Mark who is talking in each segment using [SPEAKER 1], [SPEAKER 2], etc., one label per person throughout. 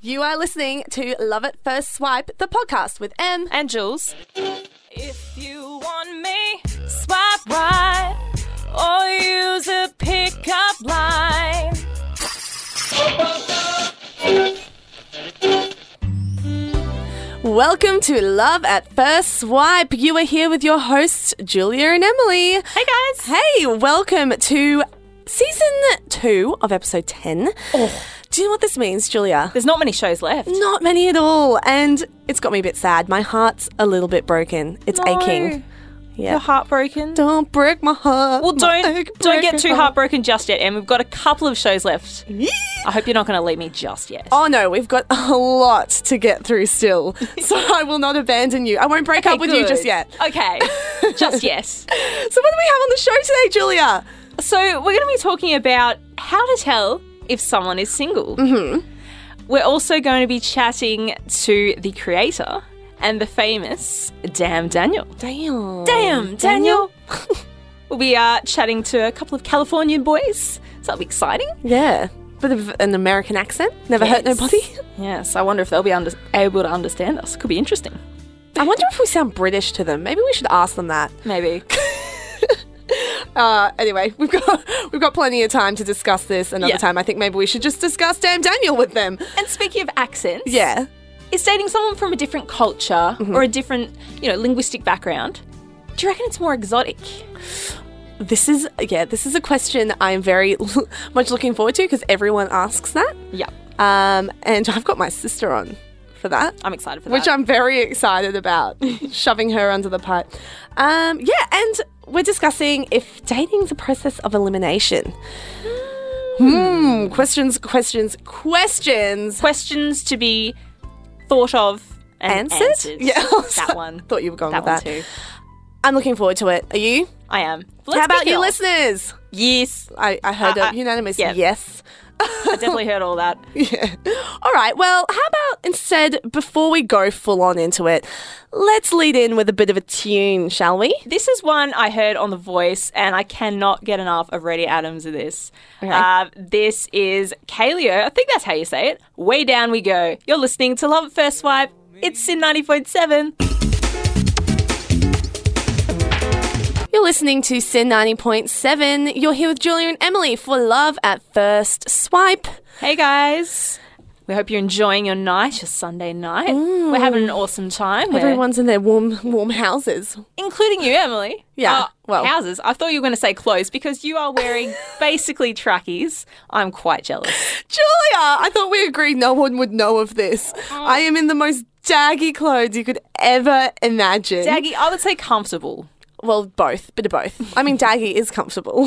[SPEAKER 1] You are listening to Love It First Swipe, the podcast with Em.
[SPEAKER 2] and Jules.
[SPEAKER 3] If you want me, swipe right or use a pickup line.
[SPEAKER 1] Welcome to Love at First Swipe. You are here with your hosts, Julia and Emily.
[SPEAKER 2] Hey guys.
[SPEAKER 1] Hey, welcome to season two of episode 10.
[SPEAKER 2] Oh.
[SPEAKER 1] Do you know what this means, Julia?
[SPEAKER 2] There's not many shows left.
[SPEAKER 1] Not many at all. And it's got me a bit sad. My heart's a little bit broken. It's aching.
[SPEAKER 2] You're
[SPEAKER 1] Yeah.
[SPEAKER 2] heartbroken.
[SPEAKER 1] Don't break my heart.
[SPEAKER 2] well,
[SPEAKER 1] My
[SPEAKER 2] don't
[SPEAKER 1] ache
[SPEAKER 2] don't
[SPEAKER 1] breaking
[SPEAKER 2] get too
[SPEAKER 1] heart.
[SPEAKER 2] heartbroken just yet, and we've got a couple of shows left. I hope you're not going to leave me just yet.
[SPEAKER 1] Oh no, we've got a lot to get through still. So I will not abandon you. I won't break up with you just
[SPEAKER 2] Good.
[SPEAKER 1] yet.
[SPEAKER 2] Okay, just yes.
[SPEAKER 1] So what do we have on the show today, Julia?
[SPEAKER 2] So we're going to be talking about how to tell if someone is single. Mm-hmm. We're also going to be chatting to the creator and the famous Damn Daniel.
[SPEAKER 1] Damn.
[SPEAKER 2] Damn, Daniel. we'll be uh, chatting to a couple of Californian boys. So that'll be exciting.
[SPEAKER 1] Yeah. Bit of an American accent. Never hurt
[SPEAKER 2] Yes.
[SPEAKER 1] nobody.
[SPEAKER 2] Yes, I wonder if they'll be under- able to understand us. Could be interesting.
[SPEAKER 1] I wonder if we sound British to them. Maybe we should ask them that.
[SPEAKER 2] Maybe.
[SPEAKER 1] Uh, anyway, we've got we've got plenty of time to discuss this another
[SPEAKER 2] Yeah.
[SPEAKER 1] time. I think maybe we should just discuss Damn Daniel with them.
[SPEAKER 2] and speaking of accents,
[SPEAKER 1] Yeah.
[SPEAKER 2] is dating someone from a different culture or a different, you know, linguistic background? Do you reckon it's more exotic?
[SPEAKER 1] This is yeah, this is a question I am very much looking forward to because everyone asks that.
[SPEAKER 2] Yeah,
[SPEAKER 1] Um, and I've got my sister on for that.
[SPEAKER 2] I'm excited for that.
[SPEAKER 1] which I'm very excited about, shoving her under the pipe. Um, yeah, and we're discussing if dating's a process of elimination. Hmm. Questions, questions, questions.
[SPEAKER 2] questions to be thought of and
[SPEAKER 1] Answered?
[SPEAKER 2] answered.
[SPEAKER 1] Yeah, I was
[SPEAKER 2] that
[SPEAKER 1] like-
[SPEAKER 2] one.
[SPEAKER 1] Thought you were going
[SPEAKER 2] that
[SPEAKER 1] with
[SPEAKER 2] one
[SPEAKER 1] that.
[SPEAKER 2] too.
[SPEAKER 1] I'm looking forward to it. Are you?
[SPEAKER 2] I am.
[SPEAKER 1] How
[SPEAKER 2] Let's
[SPEAKER 1] about
[SPEAKER 2] kick it
[SPEAKER 1] you,
[SPEAKER 2] off.
[SPEAKER 1] listeners?
[SPEAKER 2] Yes,
[SPEAKER 1] I, I heard
[SPEAKER 2] Uh,
[SPEAKER 1] a
[SPEAKER 2] uh,
[SPEAKER 1] unanimous
[SPEAKER 2] yeah.
[SPEAKER 1] yes.
[SPEAKER 2] I definitely heard all that.
[SPEAKER 1] Yeah. All right. Well, how about instead, before we go full on into it, let's lead in with a bit of a tune, shall we?
[SPEAKER 2] This is one I heard on The Voice, and I cannot get enough of Reddy Adams of this. Uh, this is Kaleo. I think that's how you say it. Way down we go. You're listening to Love at First Swipe. It's Sin 90.7.
[SPEAKER 1] You're listening to Sin 90.7. You're here with Julia and Emily for Love at First Swipe.
[SPEAKER 2] Hey guys. We hope you're enjoying your night, your Sunday night. We're having an awesome time. We're-
[SPEAKER 1] Everyone's in their warm, warm houses.
[SPEAKER 2] including you, Emily.
[SPEAKER 1] Yeah,
[SPEAKER 2] Uh,
[SPEAKER 1] well-
[SPEAKER 2] houses. I thought you were going to say clothes because you are wearing basically trackies. I'm quite jealous.
[SPEAKER 1] Julia, I thought we agreed no one would know of this. I am in the most daggy clothes you could ever imagine.
[SPEAKER 2] Daggy, I would say comfortable.
[SPEAKER 1] well, both, bit of both. I mean, daggy is comfortable.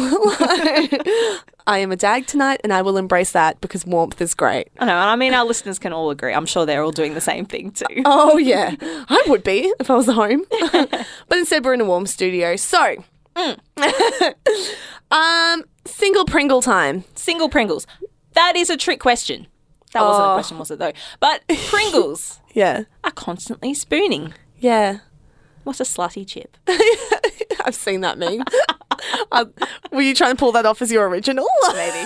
[SPEAKER 1] I am a dag tonight, and I will embrace that because warmth is great.
[SPEAKER 2] I know, and I mean, our listeners can all agree. I'm sure they're all doing the same thing too.
[SPEAKER 1] Oh yeah, I would be if I was at home. but instead, we're in a warm studio. So, Mm. um, single Pringle time.
[SPEAKER 2] Single Pringles. That is a trick question. That wasn't a
[SPEAKER 1] Oh.
[SPEAKER 2] question, was it though? But Pringles
[SPEAKER 1] Yeah,
[SPEAKER 2] are constantly spooning.
[SPEAKER 1] yeah.
[SPEAKER 2] What a slutty chip.
[SPEAKER 1] I've seen that meme. Um, were you trying to pull that off as your original?
[SPEAKER 2] Maybe.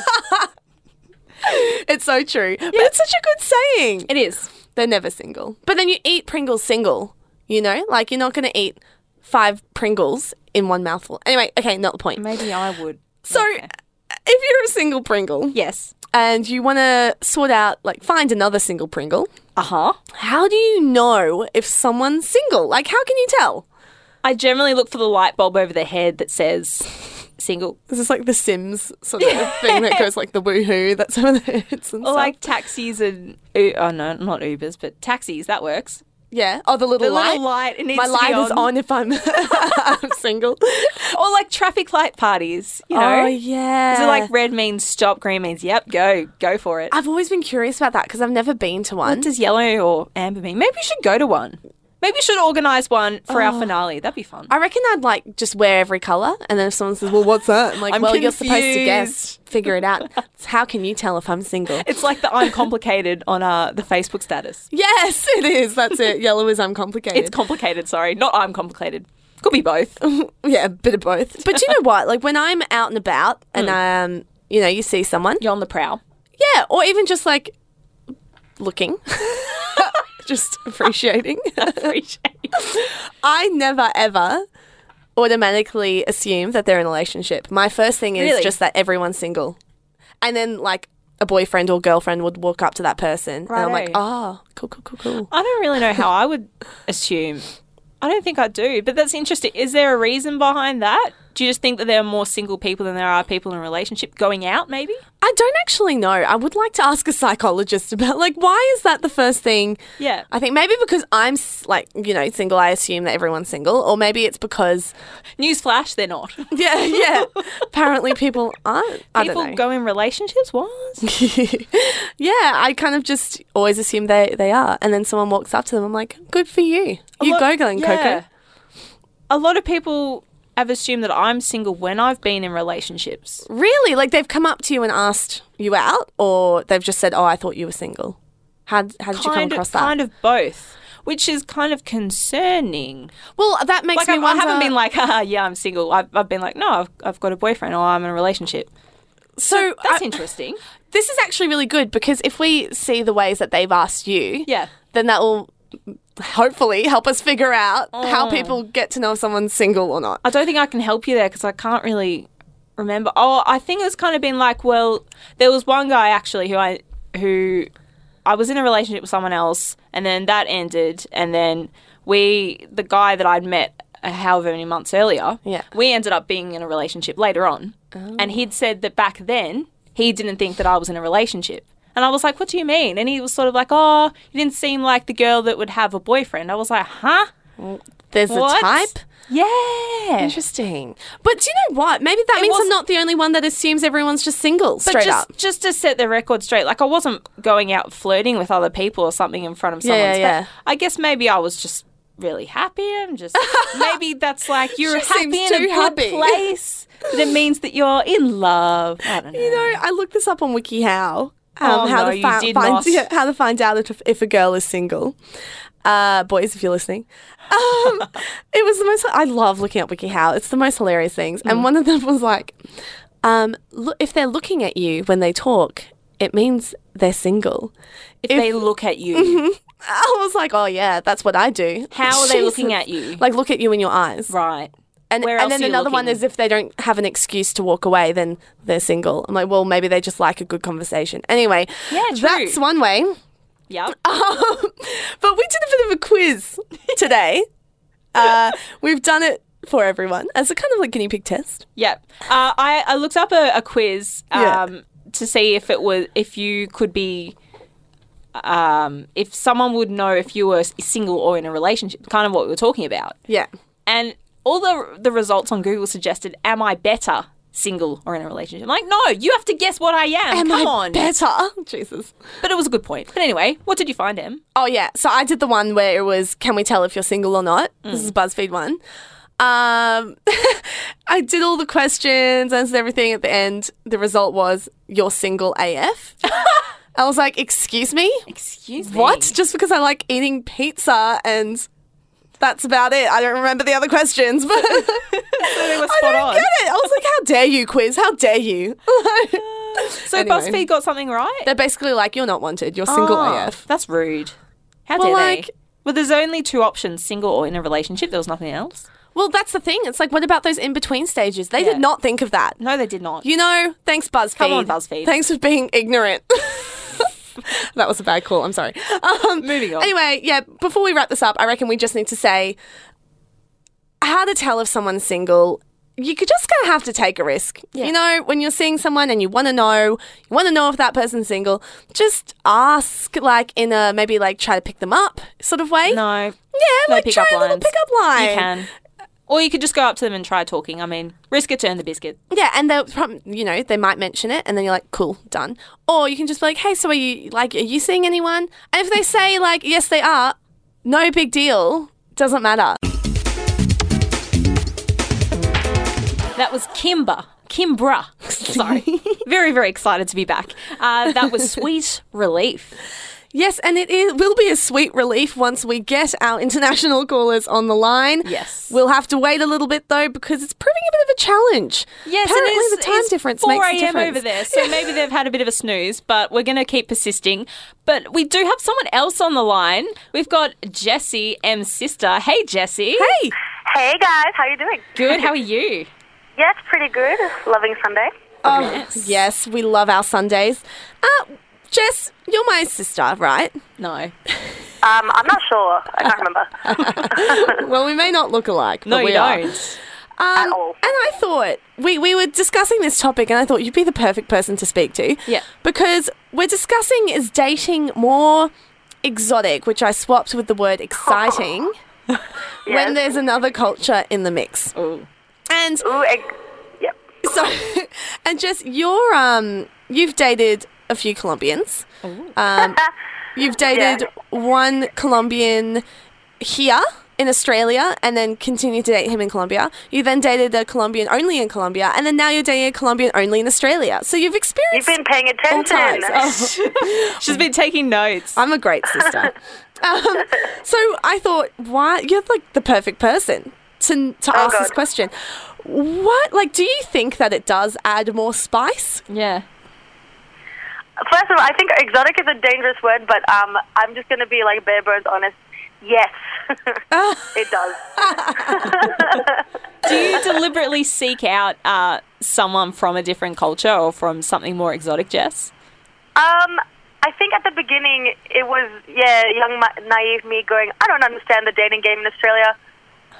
[SPEAKER 1] it's so true. But it's such a good saying.
[SPEAKER 2] It is.
[SPEAKER 1] They're never single. But then you eat Pringles single. You know, like you're not going to eat five Pringles in one mouthful. Anyway, okay, not the point.
[SPEAKER 2] Maybe I would.
[SPEAKER 1] So, if you're a single Pringle,
[SPEAKER 2] Yes.
[SPEAKER 1] and you want to sort out, like, find another single Pringle,
[SPEAKER 2] Uh huh.
[SPEAKER 1] how do you know if someone's single? Like, how can you tell?
[SPEAKER 2] I generally look for the light bulb over the head that says single.
[SPEAKER 1] This is like the Sims sort of thing that goes like the woohoo. That's over the heads and
[SPEAKER 2] Or
[SPEAKER 1] stuff.
[SPEAKER 2] like taxis and U- oh no, not Ubers, but taxis. That works.
[SPEAKER 1] yeah. Oh, the little
[SPEAKER 2] The
[SPEAKER 1] light.
[SPEAKER 2] little light. It needs
[SPEAKER 1] My
[SPEAKER 2] to be
[SPEAKER 1] light is on if I'm, I'm single.
[SPEAKER 2] Or like traffic light parties. You know.
[SPEAKER 1] Oh yeah.
[SPEAKER 2] Is it like red means stop, green means yep, go, go for it?
[SPEAKER 1] I've always been curious about that because I've never been to one.
[SPEAKER 2] What does yellow or amber mean? Maybe we should go to one. Maybe we should organise one for
[SPEAKER 1] Oh.
[SPEAKER 2] our finale. That'd be fun.
[SPEAKER 1] I reckon I'd like just wear every color, and then if someone says, "Well, what's that?" I'm like,
[SPEAKER 2] I'm
[SPEAKER 1] "Well, you're supposed to guess,
[SPEAKER 2] confused.
[SPEAKER 1] figure it out." How can you tell if I'm single?
[SPEAKER 2] It's like the I'm complicated on uh, the Facebook status.
[SPEAKER 1] Yes, it is. That's it. Yellow is uncomplicated.
[SPEAKER 2] It's complicated, sorry. Not I'm complicated. Could be both.
[SPEAKER 1] yeah, a bit of both. But you know what? Like when I'm out and about Mm. and um, you know, you see someone.
[SPEAKER 2] You're on the prowl.
[SPEAKER 1] Yeah, or even just like looking, just appreciating.
[SPEAKER 2] Appreciate.
[SPEAKER 1] I never ever automatically assume that they're in a relationship. My first thing is
[SPEAKER 2] Really?
[SPEAKER 1] just that everyone's single. And then like a boyfriend or girlfriend would walk up to that person and I'm like,
[SPEAKER 2] Righto.
[SPEAKER 1] "Oh, cool, cool, cool, cool."
[SPEAKER 2] I don't really know how I would assume. I don't think I do, but that's interesting. Is there a reason behind that? Do you just think that there are more single people than there are people in a relationship going out, maybe?
[SPEAKER 1] I don't actually know. I would like to ask a psychologist about like why is that the first thing?
[SPEAKER 2] Yeah.
[SPEAKER 1] I think maybe because I'm s- like, you know, single, I assume that everyone's single or maybe it's because
[SPEAKER 2] Newsflash, they're not.
[SPEAKER 1] yeah, yeah. apparently people aren't. I don't
[SPEAKER 2] People
[SPEAKER 1] know.
[SPEAKER 2] go in relationships? What?
[SPEAKER 1] yeah, I kind of just always assume they, they are. And then someone walks up to them. I'm like, good for you.
[SPEAKER 2] A
[SPEAKER 1] you
[SPEAKER 2] lot-
[SPEAKER 1] go, Glen
[SPEAKER 2] yeah.
[SPEAKER 1] Coco.
[SPEAKER 2] A lot of people have assumed that I'm single when I've been in relationships.
[SPEAKER 1] Really? Like they've come up to you and asked you out, or they've just said, oh, I thought you were single. How, d- how did you come
[SPEAKER 2] Kind
[SPEAKER 1] across
[SPEAKER 2] of,
[SPEAKER 1] that?
[SPEAKER 2] kind of both, which is kind of concerning.
[SPEAKER 1] well, that makes
[SPEAKER 2] Like
[SPEAKER 1] me
[SPEAKER 2] I, I
[SPEAKER 1] wonder.
[SPEAKER 2] haven't been like, ah, yeah, I'm single. I've, I've been like, no, I've, I've got a boyfriend or I'm in a relationship.
[SPEAKER 1] so
[SPEAKER 2] That's
[SPEAKER 1] I-
[SPEAKER 2] interesting.
[SPEAKER 1] this is actually really good because if we see the ways that they've asked you,
[SPEAKER 2] Yeah.
[SPEAKER 1] then that will hopefully help us figure out
[SPEAKER 2] Mm.
[SPEAKER 1] how people get to know if someone's single or not.
[SPEAKER 2] I don't think I can help you there because I can't really remember. Oh, I think it's kind of been like, well, there was one guy actually who I who I was in a relationship with someone else, and then that ended, and then we the guy that I'd met uh, however many months earlier,
[SPEAKER 1] Yeah.
[SPEAKER 2] we ended up being in a relationship later on, and he'd said that back then he didn't think that I was in a relationship. And I was like, what do you mean? And he was sort of like, oh, you didn't seem like the girl that would have a boyfriend. I was like, huh?
[SPEAKER 1] There's
[SPEAKER 2] What?
[SPEAKER 1] a type.
[SPEAKER 2] Yeah.
[SPEAKER 1] Interesting. But do you know what? Maybe that means I'm
[SPEAKER 2] was-
[SPEAKER 1] not the only one that assumes everyone's just single
[SPEAKER 2] But
[SPEAKER 1] straight
[SPEAKER 2] just,
[SPEAKER 1] up.
[SPEAKER 2] Just to set the record straight, like I wasn't going out flirting with other people or something in front of
[SPEAKER 1] Yeah, yeah,
[SPEAKER 2] someone.
[SPEAKER 1] yeah.
[SPEAKER 2] I guess maybe I was just really happy and just maybe that's like you're
[SPEAKER 1] She
[SPEAKER 2] happy
[SPEAKER 1] seems
[SPEAKER 2] in a
[SPEAKER 1] too
[SPEAKER 2] good
[SPEAKER 1] happy.
[SPEAKER 2] place. But it means that you're in love. I don't know.
[SPEAKER 1] You know, I looked this up on WikiHow. Um,
[SPEAKER 2] Oh,
[SPEAKER 1] how
[SPEAKER 2] no,
[SPEAKER 1] to
[SPEAKER 2] you
[SPEAKER 1] fi-
[SPEAKER 2] did
[SPEAKER 1] find
[SPEAKER 2] not.
[SPEAKER 1] yeah, how to find out if, if a girl is single. Uh, boys, if you're listening, um, it was the most. I love looking at WikiHow. It's the most hilarious things.
[SPEAKER 2] Mm.
[SPEAKER 1] And one of them was like, um, look, if they're looking at you when they talk, it means they're single.
[SPEAKER 2] if, they look at
[SPEAKER 1] Mm-hmm.
[SPEAKER 2] you,
[SPEAKER 1] I was like, oh yeah, that's what I do.
[SPEAKER 2] how are they looking
[SPEAKER 1] Jesus.
[SPEAKER 2] at you?
[SPEAKER 1] Like look at you in your eyes.
[SPEAKER 2] right.
[SPEAKER 1] And,
[SPEAKER 2] Where
[SPEAKER 1] and
[SPEAKER 2] else
[SPEAKER 1] then
[SPEAKER 2] are you
[SPEAKER 1] another one
[SPEAKER 2] looking?
[SPEAKER 1] is if they don't have an excuse to walk away, then they're single. I'm like, well, maybe they just like a good conversation. Anyway,
[SPEAKER 2] Yeah, true.
[SPEAKER 1] that's one way. Um,
[SPEAKER 2] Yep.
[SPEAKER 1] But we did a bit of a quiz today. uh, we've done it for everyone as a kind of like guinea pig test.
[SPEAKER 2] Yep. Uh, I, I looked up a, a quiz um,
[SPEAKER 1] Yeah.
[SPEAKER 2] to see if it was if you could be um, if someone would know if you were s- single or in a relationship, kind of what we were talking about.
[SPEAKER 1] Yeah.
[SPEAKER 2] And all the the results on Google suggested, "Am I better single or in a relationship?" I'm like, no, you have to guess what I am.
[SPEAKER 1] Am
[SPEAKER 2] Come
[SPEAKER 1] I
[SPEAKER 2] on.
[SPEAKER 1] better? Jesus.
[SPEAKER 2] but it was a good point. But anyway, what did you find, Em?
[SPEAKER 1] Oh yeah. So I did the one where it was, can we tell if you're single or not? This is BuzzFeed one. Um, I did all the questions, answered everything. At the end, the result was you're single AF. I was like, excuse me,
[SPEAKER 2] Excuse me.
[SPEAKER 1] what? Just because I like eating pizza and that's about it. I don't remember the other questions, but
[SPEAKER 2] They were
[SPEAKER 1] I
[SPEAKER 2] spot
[SPEAKER 1] don't
[SPEAKER 2] on.
[SPEAKER 1] get it. I was like, how dare you, quiz? How dare you?
[SPEAKER 2] So
[SPEAKER 1] Anyway.
[SPEAKER 2] BuzzFeed got something right.
[SPEAKER 1] They're basically like, you're not wanted. You're single
[SPEAKER 2] Ah,
[SPEAKER 1] AF.
[SPEAKER 2] That's rude. How
[SPEAKER 1] Well,
[SPEAKER 2] dare
[SPEAKER 1] like-
[SPEAKER 2] they? Well, there's only two options: single or in a relationship. There was nothing else.
[SPEAKER 1] Well, that's the thing. It's like, what about those in between stages? They
[SPEAKER 2] Yeah.
[SPEAKER 1] did not think of that.
[SPEAKER 2] No, they did not.
[SPEAKER 1] You know, thanks BuzzFeed.
[SPEAKER 2] Come on, BuzzFeed.
[SPEAKER 1] Thanks for being ignorant. that was a bad call. I'm sorry. Um,
[SPEAKER 2] Moving on.
[SPEAKER 1] Anyway, yeah. Before we wrap this up, I reckon we just need to say how to tell if someone's single. You could just kind of have to take a risk. You know, when you're seeing someone and you want to know, you want to know if that person's single. Just ask, like in a maybe like try to pick them up sort of way.
[SPEAKER 2] no.
[SPEAKER 1] Yeah,
[SPEAKER 2] No
[SPEAKER 1] like
[SPEAKER 2] pickup
[SPEAKER 1] try a little
[SPEAKER 2] lines.
[SPEAKER 1] pickup line.
[SPEAKER 2] You can. Or you could just go up to them and try talking. I mean, risk it to earn the biscuit.
[SPEAKER 1] Yeah, and they'll prob- you know they might mention it, and then you're like, cool, done. Or you can just be like, hey, so are you like, are you seeing anyone? And if they say like, yes, they are, no big deal, doesn't matter.
[SPEAKER 2] That was Kimber. Kimbra. Sorry. very, very excited to be back. Uh, that was sweet relief.
[SPEAKER 1] Yes, and it is, will be a sweet relief once we get our international callers on the line.
[SPEAKER 2] Yes.
[SPEAKER 1] We'll have to wait a little bit though because it's proving a bit of a challenge.
[SPEAKER 2] Yes, and
[SPEAKER 1] Apparently
[SPEAKER 2] it's-
[SPEAKER 1] the time
[SPEAKER 2] it's
[SPEAKER 1] difference
[SPEAKER 2] 4
[SPEAKER 1] makes a
[SPEAKER 2] a.m.
[SPEAKER 1] difference.
[SPEAKER 2] over there, so maybe they've had a bit of a snooze, but we're going to keep persisting. But we do have someone else on the line. We've got Jessie M's sister. Hey, Jessie.
[SPEAKER 1] Hey,
[SPEAKER 4] Hey guys, how you doing?
[SPEAKER 2] Good. How are you?
[SPEAKER 4] Yeah, it's pretty good. Loving Sunday.
[SPEAKER 1] Oh, yes. we love our Sundays. Uh, Jess, you're my sister, right?
[SPEAKER 2] No.
[SPEAKER 4] Um, I'm not sure. I can't remember.
[SPEAKER 1] well, we may not look alike,
[SPEAKER 2] No,
[SPEAKER 1] but we
[SPEAKER 2] you
[SPEAKER 1] are.
[SPEAKER 2] don't.
[SPEAKER 1] Um,
[SPEAKER 4] all.
[SPEAKER 1] and I thought we, we were discussing this topic, and I thought you'd be the perfect person to speak to.
[SPEAKER 2] Yeah.
[SPEAKER 1] Because we're discussing is dating more exotic, which I swapped with the word exciting, when
[SPEAKER 4] Yes.
[SPEAKER 1] there's another culture in the mix.
[SPEAKER 2] Ooh.
[SPEAKER 1] And
[SPEAKER 4] Ooh, egg. Yep.
[SPEAKER 1] so, and Jess, you're um, you've dated a few Colombians.
[SPEAKER 4] Uh,
[SPEAKER 1] Um, you've dated one Colombian here in Australia, and then continued to date him in Colombia. You then dated a Colombian only in Colombia, and then now you're dating a Colombian only in Australia. So you've
[SPEAKER 4] You've
[SPEAKER 1] experienced
[SPEAKER 4] been paying
[SPEAKER 1] all
[SPEAKER 4] attention.
[SPEAKER 1] times. Oh.
[SPEAKER 2] She's been taking notes.
[SPEAKER 1] I'm a great sister. um, so I thought, why you're like the perfect person to to ask this
[SPEAKER 4] God.
[SPEAKER 1] question. What like do you think that it does add more spice?
[SPEAKER 2] yeah.
[SPEAKER 4] First of all, I think exotic is a dangerous word, but um, I'm just gonna be like bare bones honest. Yes,
[SPEAKER 1] Ah.
[SPEAKER 4] it does.
[SPEAKER 2] Do you deliberately seek out uh, someone from a different culture or from something more exotic, Jess?
[SPEAKER 4] Um, I think at the beginning it was yeah, young ma- naive me going, I don't understand the dating game in Australia.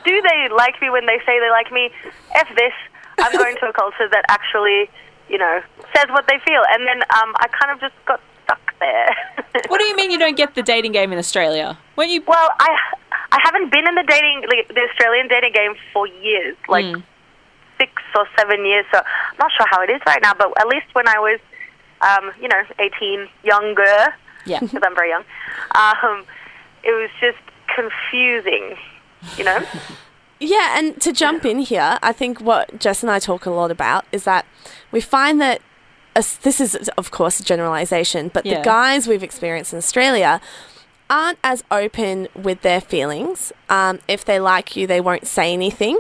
[SPEAKER 4] Do they like me when they say they like me? F this. I'm going to a culture that actually, you know, says what they feel. And then um, I kind of just got stuck there.
[SPEAKER 2] What do you mean you don't get the dating game in Australia? When you
[SPEAKER 4] well, I I haven't been in the dating like, the Australian dating game for years, like six or seven years. So I'm not sure how it is right now, but at least when I was, um, you know, 18, younger,
[SPEAKER 2] yeah.
[SPEAKER 4] because I'm very young. Um, it was just confusing, you know.
[SPEAKER 1] Yeah, and to jump in here, I think what Jess and I talk a lot about is that we find that as- this is, of course, a generalization, but
[SPEAKER 2] Yeah.
[SPEAKER 1] the guys we've experienced in Australia aren't as open with their feelings. Um, if they like you, they won't say anything.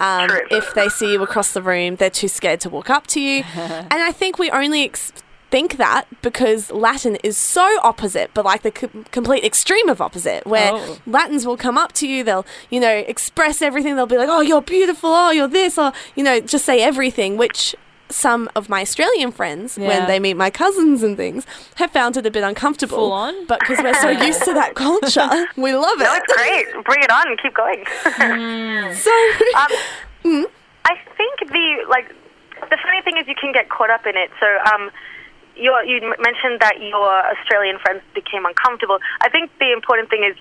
[SPEAKER 1] Um,
[SPEAKER 4] True.
[SPEAKER 1] if they see you across the room, they're too scared to walk up to you. and I think we only ex- think that because Latin is so opposite, but like the co- complete extreme of opposite, where
[SPEAKER 2] Oh.
[SPEAKER 1] Latins will come up to you, they'll, you know, express everything. They'll be like, oh, you're beautiful, oh, you're this, or, you know, just say everything, which some of my Australian friends,
[SPEAKER 2] Yeah.
[SPEAKER 1] when they meet my cousins and things, have found it a bit uncomfortable.
[SPEAKER 2] Full on?
[SPEAKER 1] But because we're so used to that culture, we love
[SPEAKER 4] No,
[SPEAKER 1] it.
[SPEAKER 4] it's great. Bring it on. Keep going.
[SPEAKER 1] So,
[SPEAKER 4] um,
[SPEAKER 2] Mm-hmm.
[SPEAKER 4] I think the like the funny thing is you can get caught up in it. So um, you you m- mentioned that your Australian friends became uncomfortable. I think the important thing is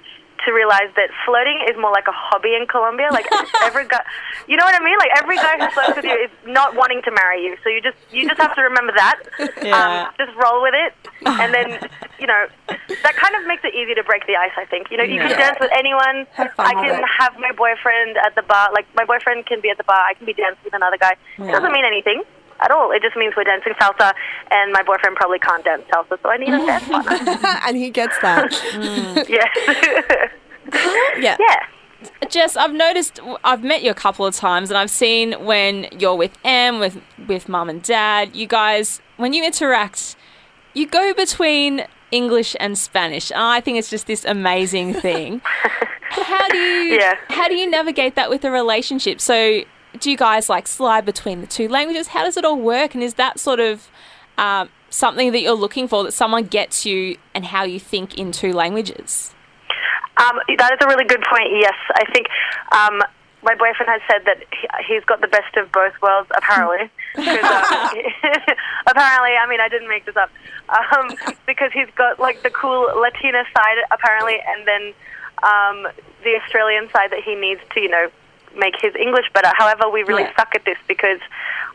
[SPEAKER 4] to realize that flirting is more like a hobby in Colombia. Like every guy, you know what I mean? Like every guy who flirts with you is not wanting to marry you. So you just you just have to remember that.
[SPEAKER 2] Yeah.
[SPEAKER 4] Um, just roll with it, and then you know that kind of makes it easy to break the ice. I think you know you
[SPEAKER 2] Yeah.
[SPEAKER 4] can dance with anyone.
[SPEAKER 1] Have fun
[SPEAKER 4] I
[SPEAKER 1] with
[SPEAKER 4] can
[SPEAKER 1] it.
[SPEAKER 4] have my boyfriend at the bar. Like my boyfriend can be at the bar. I can be dancing with another guy. It doesn't mean anything at all. It just means we're dancing salsa, and my boyfriend probably can't dance salsa, so I need a dance partner.
[SPEAKER 1] and he gets that.
[SPEAKER 4] yes.
[SPEAKER 1] Yeah.
[SPEAKER 4] yeah.
[SPEAKER 2] Jess, I've noticed I've met you a couple of times, and I've seen when you're with M, with with mum and dad, you guys when you interact, you go between English and Spanish. And I think it's just this amazing thing. how do you
[SPEAKER 4] Yeah.
[SPEAKER 2] how do you navigate that with a relationship? So do you guys like slide between the two languages? How does it all work? And is that sort of um, something that you're looking for that someone gets you and how you think in two languages?
[SPEAKER 4] Um, that is a really good point. Yes, I think um, my boyfriend has said that he, he's got the best of both worlds. Apparently, 'Cause, um, apparently, I mean, I didn't make this up. Um, because he's got like the cool Latina side, apparently, and then um, the Australian side that he needs to, you know, make his English better. However, we really
[SPEAKER 2] Yeah.
[SPEAKER 4] suck at this because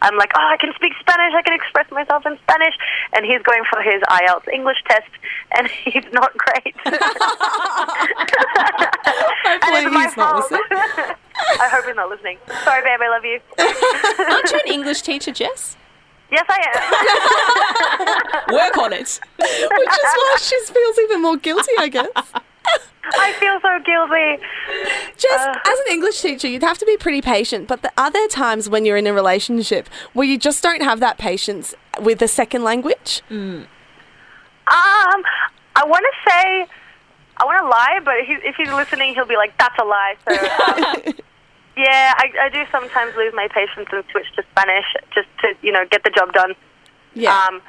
[SPEAKER 4] I'm like, oh, I can speak Spanish, I can express myself in Spanish, and he's going for his E IELTS English test, and he's not great.
[SPEAKER 1] Hopefully
[SPEAKER 4] And it's my
[SPEAKER 1] he's not
[SPEAKER 4] fault. I hope he's not listening. Sorry, babe, I love you.
[SPEAKER 2] Aren't you an English teacher, Jess?
[SPEAKER 4] Yes, I am.
[SPEAKER 2] Work on it.
[SPEAKER 1] Which is why she feels even more guilty, I guess.
[SPEAKER 4] I feel so guilty.
[SPEAKER 1] Just as an English teacher, you'd have to be pretty patient, but the other times when you're in a relationship where you just don't have that patience with a second language?
[SPEAKER 4] Um, I want to say, I want to lie, but if, he, if he's listening, he'll be like, "That's a lie." So, um, yeah, I, I do sometimes lose my patience and switch to Spanish just to you know get the job done.
[SPEAKER 1] Yeah.
[SPEAKER 4] Um,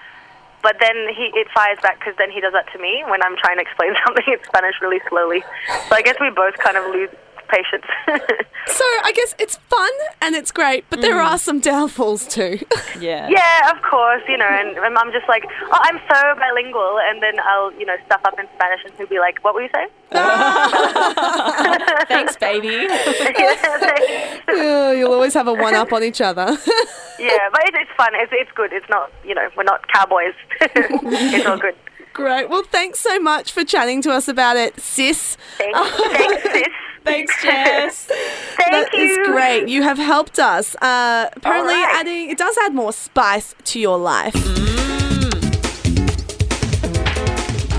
[SPEAKER 4] but then he it fires back because then he does that to me when I'm trying to explain something in Spanish really slowly. So I guess we both kind of lose patience.
[SPEAKER 1] so I guess it's fun and it's great, but there are some downfalls too.
[SPEAKER 2] Yeah.
[SPEAKER 4] Mm. yeah, of course, you know, and, and I'm just like, "Oh, I'm so bilingual," and then I'll you know stuff up in Spanish, and he'll be like, "What were you saying?"
[SPEAKER 2] Thanks, baby.
[SPEAKER 1] Oh, You'll always have a one up on each other.
[SPEAKER 4] Yeah, but it, it's fun. It's, it's good. It's not, you know, we're not cowboys. it's all good.
[SPEAKER 1] great. Well, thanks so much for chatting to us about it, sis.
[SPEAKER 4] Thanks, thanks sis.
[SPEAKER 2] Thanks, Jess.
[SPEAKER 4] Thank
[SPEAKER 1] That
[SPEAKER 4] you.
[SPEAKER 1] is great. You have helped us. Uh, apparently,
[SPEAKER 4] All right. Mm.
[SPEAKER 1] adding it does add more spice to your life.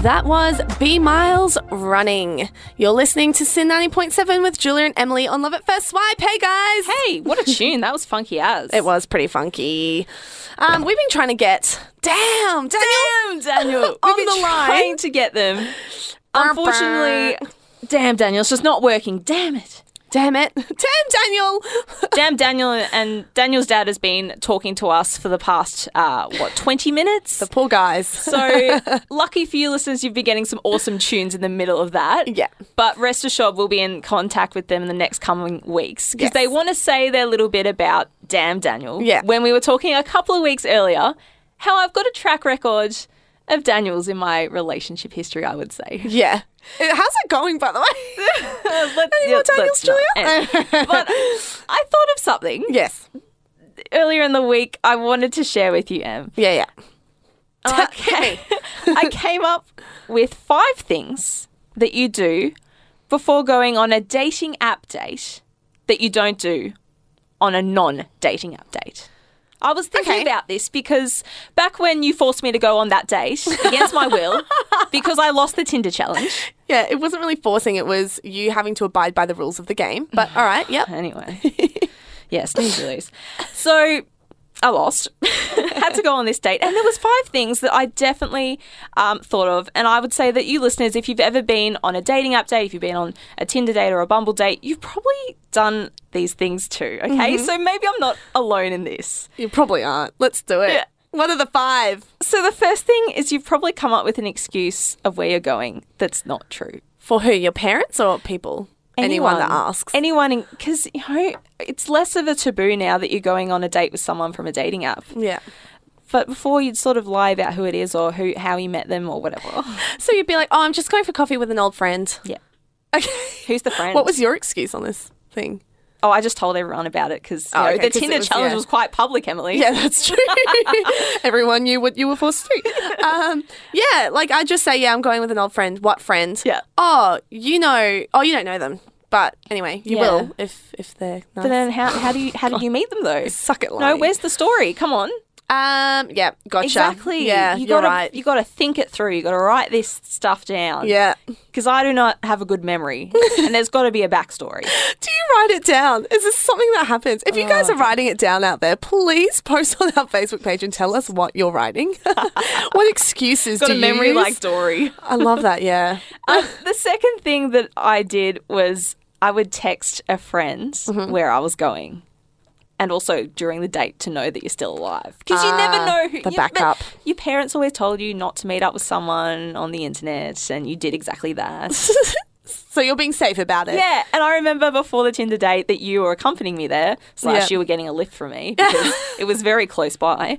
[SPEAKER 1] That was B Miles running. You're listening to Sin 90.7 with Julia and Emily on Love at First Swipe. Hey guys!
[SPEAKER 2] Hey, what a tune. That was funky as.
[SPEAKER 1] It was pretty funky. Um, we've been trying to get damn, damn,
[SPEAKER 2] Daniel,
[SPEAKER 1] on
[SPEAKER 2] we've been
[SPEAKER 1] the line.
[SPEAKER 2] trying to get them. Unfortunately, damn Daniel, it's just not working. Damn it.
[SPEAKER 1] Damn it, damn Daniel.
[SPEAKER 2] Damn Daniel and Daniel's dad has been talking to us for the past uh, what twenty minutes.
[SPEAKER 1] Poor guys.
[SPEAKER 2] So lucky for you listeners, you'd be getting some awesome tunes in the middle of that.
[SPEAKER 1] Yeah.
[SPEAKER 2] But rest assured, we'll be in contact with them in the next coming weeks because
[SPEAKER 1] Yes.
[SPEAKER 2] they want to say their little bit about Damn Daniel.
[SPEAKER 1] Yeah.
[SPEAKER 2] When we were talking a couple of weeks earlier, how I've got a track record of Daniel's in my relationship history, I would say.
[SPEAKER 1] Yeah. Uh, How's it going, by the way?
[SPEAKER 2] Let,
[SPEAKER 1] Any more Daniels, Julia?
[SPEAKER 2] but I thought of something
[SPEAKER 1] yes.
[SPEAKER 2] earlier in the week I wanted to share with you, Em.
[SPEAKER 1] Yeah, yeah.
[SPEAKER 2] Okay. I came up with five things that you do before going on a dating app date that you don't do on a non dating app date. I was thinking
[SPEAKER 1] Okay.
[SPEAKER 2] about this because back when you forced me to go on that date against my will because I lost the Tinder challenge.
[SPEAKER 1] Yeah, it wasn't really forcing. It was you having to abide by the rules of the game. But all right, yep.
[SPEAKER 2] Anyway. Yes, news release. So I lost. Had to go on this date, and there was five things that I definitely um, thought of, and I would say that you listeners, if you've ever been on a dating app date, if you've been on a Tinder date or a Bumble date, you've probably done these things too. Okay,
[SPEAKER 1] Mm-hmm.
[SPEAKER 2] so maybe I'm not alone in this.
[SPEAKER 1] You probably aren't. Let's do it.
[SPEAKER 2] Yeah.
[SPEAKER 1] What are the five?
[SPEAKER 2] So the first thing is you've probably come up with an excuse of where you're going that's not true.
[SPEAKER 1] For who? Your parents or people? Anyone, that asks.
[SPEAKER 2] anyone, because you know it's less of a taboo now that you're going on a date with someone from a dating app.
[SPEAKER 1] yeah.
[SPEAKER 2] but before you'd sort of lie about who it is or who how you met them or whatever.
[SPEAKER 1] So you'd be like, oh, I'm just going for coffee with an old friend.
[SPEAKER 2] Yeah.
[SPEAKER 1] Okay.
[SPEAKER 2] Who's the friend?
[SPEAKER 1] What was your excuse on this thing?
[SPEAKER 2] Oh, I just told everyone about it because
[SPEAKER 1] Oh, okay,
[SPEAKER 2] the
[SPEAKER 1] 'cause it
[SPEAKER 2] Tinder
[SPEAKER 1] was-
[SPEAKER 2] challenge
[SPEAKER 1] yeah.
[SPEAKER 2] was quite public, Emily.
[SPEAKER 1] Yeah, that's true. Everyone knew what you were forced to do. Um, yeah, like I just say, yeah, I'm going with an old friend. What friend?
[SPEAKER 2] Yeah.
[SPEAKER 1] Oh, you know. Oh, you don't know them. But anyway, you
[SPEAKER 2] Yeah.
[SPEAKER 1] will if if they're nice.
[SPEAKER 2] But then how how do you how did you meet them though?
[SPEAKER 1] suck at
[SPEAKER 2] No,
[SPEAKER 1] lying.
[SPEAKER 2] where's the story? Come on.
[SPEAKER 1] Um. Yeah. Gotcha.
[SPEAKER 2] Exactly.
[SPEAKER 1] Yeah.
[SPEAKER 2] you
[SPEAKER 1] You
[SPEAKER 2] gotta
[SPEAKER 1] are right.
[SPEAKER 2] you gotta think it through. You gotta write this stuff down.
[SPEAKER 1] yeah.
[SPEAKER 2] Because I do not have a good memory, and there's got to be a backstory.
[SPEAKER 1] Do you write it down? Is this something that happens? If
[SPEAKER 2] Oh,
[SPEAKER 1] you guys are writing it down out there, please post on our Facebook page and tell us what you're writing. what excuses
[SPEAKER 2] Got
[SPEAKER 1] do
[SPEAKER 2] a memory
[SPEAKER 1] you use?
[SPEAKER 2] like Dory.
[SPEAKER 1] I love that. Yeah.
[SPEAKER 2] Um, the second thing that I did was I would text a friend
[SPEAKER 1] Mm-hmm.
[SPEAKER 2] where I was going. And also during the date to know that you're still alive. Because you never know who
[SPEAKER 1] Ah, the
[SPEAKER 2] you- but
[SPEAKER 1] backup.
[SPEAKER 2] Your parents always told you not to meet up with someone on the internet, and you did exactly that.
[SPEAKER 1] So you're being safe about it.
[SPEAKER 2] yeah. And I remember before the Tinder date that you were accompanying me there, slash,
[SPEAKER 1] Yeah.
[SPEAKER 2] you were getting a lift from me because it was very close by.